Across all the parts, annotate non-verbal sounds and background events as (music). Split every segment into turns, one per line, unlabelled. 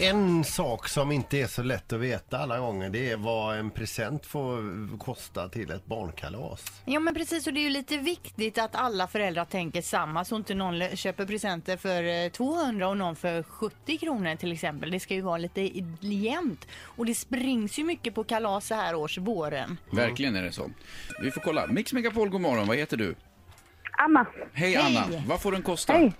En sak som inte är så lätt att veta alla gånger det är vad en present får kosta till ett barnkalas.
Ja men precis och det är ju lite viktigt att alla föräldrar tänker samma så inte någon le- köper presenter för eh, 200 och någon för 70 kronor till exempel. Det ska ju vara lite i- jämnt och det springs ju mycket på kalas så här års våren.
Verkligen är det så. Vi får kolla. Mix Megapol, god morgon. Vad heter du?
Anna,
Hej, Anna. Vad får den kosta?
hej.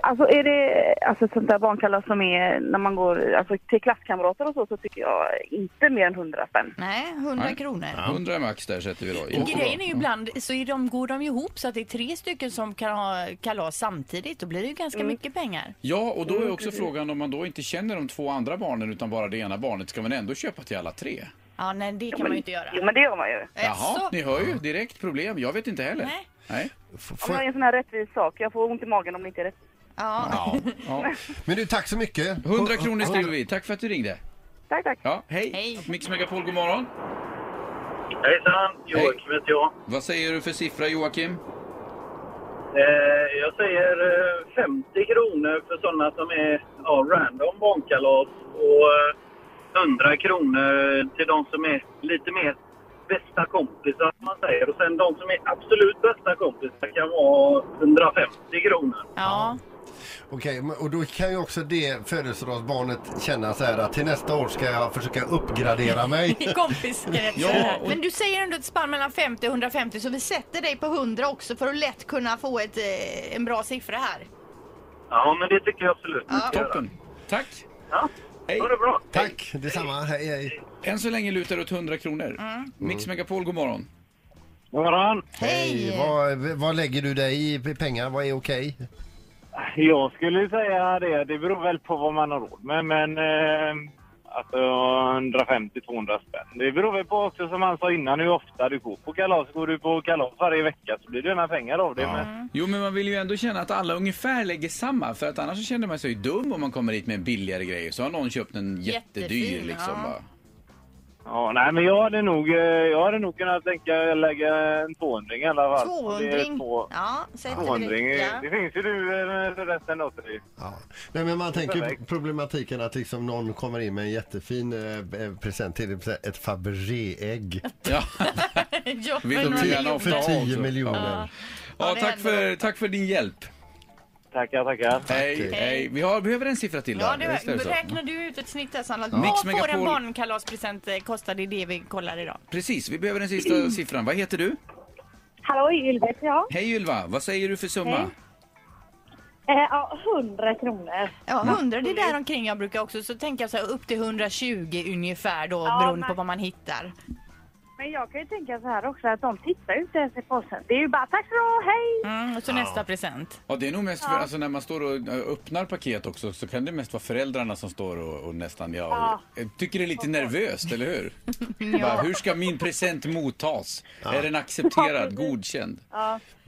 Alltså är det alltså ett sånt där barnkalas som är när man går alltså, till klasskamrater och så, så tycker jag inte mer än 100 spänn.
Nej, 100
Nej.
kronor.
100 max där sätter vi då. Jättebra.
Grejen är ju ibland så är de, går de ihop så att det är tre stycken som kan ha kalas samtidigt. Då blir det ju ganska mycket pengar.
Ja, och då är också frågan om man då inte känner de två andra barnen utan bara det ena barnet, ska man ändå köpa till alla tre?
Ja, nej det kan man ju inte göra.
Jo men det gör man ju.
Eh,
Jaha,
så-
ni hör ju direkt problem. Jag vet inte heller.
Nej.
Nej.
F-
Om jag
får-
är en sån här rättvis sak, jag får ont i magen om det inte är rätt.
ja.
Ja. Ja.
Men du, tack så mycket.
100 kronor skriver vi. Tack för att du ringde.
Tack, tack.
Ja, hej.
Hej.
Mix Megapol, god morgon.
Hejsan, Joakim heter jag.
Vad säger du för siffra, Joakim?
Eh, jag säger eh, 50 kronor för sådana som är ja, random barnkalas och eh, 100 kronor till de som är lite mer bästa kompisar som man säger. Och sen de som är absolut bästa kompisar kan vara 150 kronor.
ja.
Okej, men- och då kan ju också det födelsedagsbarnet känna så här att till nästa år ska jag försöka uppgradera
(laughs)
mig.
kompiskretsen.
Ja,
här.
och-
Men du säger ändå ett spann mellan 50 och 150 så vi sätter dig på 100 också för att lätt kunna få ett, eh, en bra siffra här.
Ja, men det tycker jag absolut ni ska göra.
Toppen. Tack.
Ja,
Hej.
ha det bra.
Tack, detsamma. Hej, hej.
Än så länge lutar det åt 100 kronor.
Mm.
Mix Megapol, god morgon.
God morgon.
Hej, vad, vad lägger du dig i pengar? Vad är okej?
Jag skulle säga det, det beror väl på vad man har råd med, men eh, alltså 150-200 spänn. Det beror väl på också som han sa innan hur ofta du går på kalas. Går du på kalas varje vecka så blir det gärna pengar av det. Men,
Jo, men man vill ju ändå känna att alla ungefär lägger samma. För att annars så känner man sig ju dum om man kommer hit med en billigare grej. Så har någon köpt en jättedyr
Jättefin,
liksom.
ja.
va.
ja, nej, men jag hade nog, eh, jag hade nog kunnat tänka lägga en 200 i alla fall. Det, är
200.
två,
Ja, sätter vi
200.
dig. Ja. (laughs)
det finns ju du eh, resten då. Till dig.
Ja. Nej, men man tänker ju
Perfekt.
problematiken att liksom någon kommer in med en jättefin eh, eh, present till exempel ett Fabergé-ägg
Ja.
Ja,
Vill
men
de
vad
gärna
roligt.
ha
för 10
också.
miljoner.
Ja,
Ja,
det
tack,
händer.
för, tack för din hjälp.
Tackar, tackar.
Hej,
Hej.
hej. Vi har, behöver en siffra till.
Ja,
där.
det
Visst är
var,
det så?
räknar du ut ett snitt där Sandra?
Mix
Vad får en
Megapol.
barnkalaspresent eh, kosta? Det är det vi kollar idag.
Precis, vi behöver den sista siffran. Vad heter du?
Hallå, Ylva heter jag.
Hej Ylva, vad säger du för summa?
Hej. Eh, ja, 100 kronor.
Ja, 100 det är där omkring jag brukar också. Så tänker jag så här upp till 120 ungefär då
Ja,
beroende
men-
på vad man hittar.
Men jag kan ju tänka så här också att de tittar ju inte ens i påsen. Det är ju bara tack så du hej!
Mm, och så nästa present.
Ja, det är nog mest för, alltså, när man står och eh, öppnar paket också så kan det mest vara föräldrarna som står och, och nästan, ja, eh, tycker det är lite nervöst, eller (laughs) hur? Bara, hur ska min present mottas? Är den accepterad, godkänd?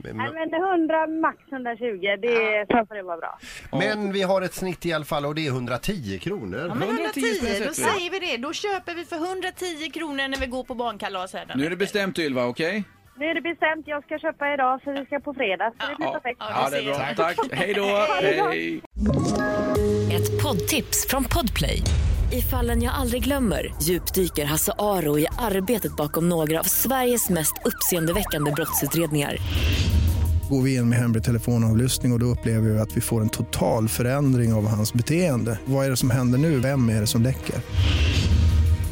Men,
Nej men 100, max 120, det är så får det vara bra.
men vi har ett snitt i alla fall och det är 110 kronor.
Ja, men
110
110, då
present, ja.
säger vi det. Då köper vi för 110 kronor när vi går på barnkalas här.
Nu är det bestämt Ylva, okej?
Nu är det bestämt, jag ska köpa idag för vi ska på fredag så det blir perfekt.
Ja, det ser jag.
Tack, hej då! Hej.
Ett poddtips från Podplay. I fallen jag aldrig glömmer djupdyker Hasse Aro i arbetet bakom några av Sveriges mest uppseendeväckande brottsutredningar.
Går vi in med hemlig telefonavlyssning och, och då upplever vi att vi får en total förändring av hans beteende. Vad är det som händer nu? Vem är det som läcker?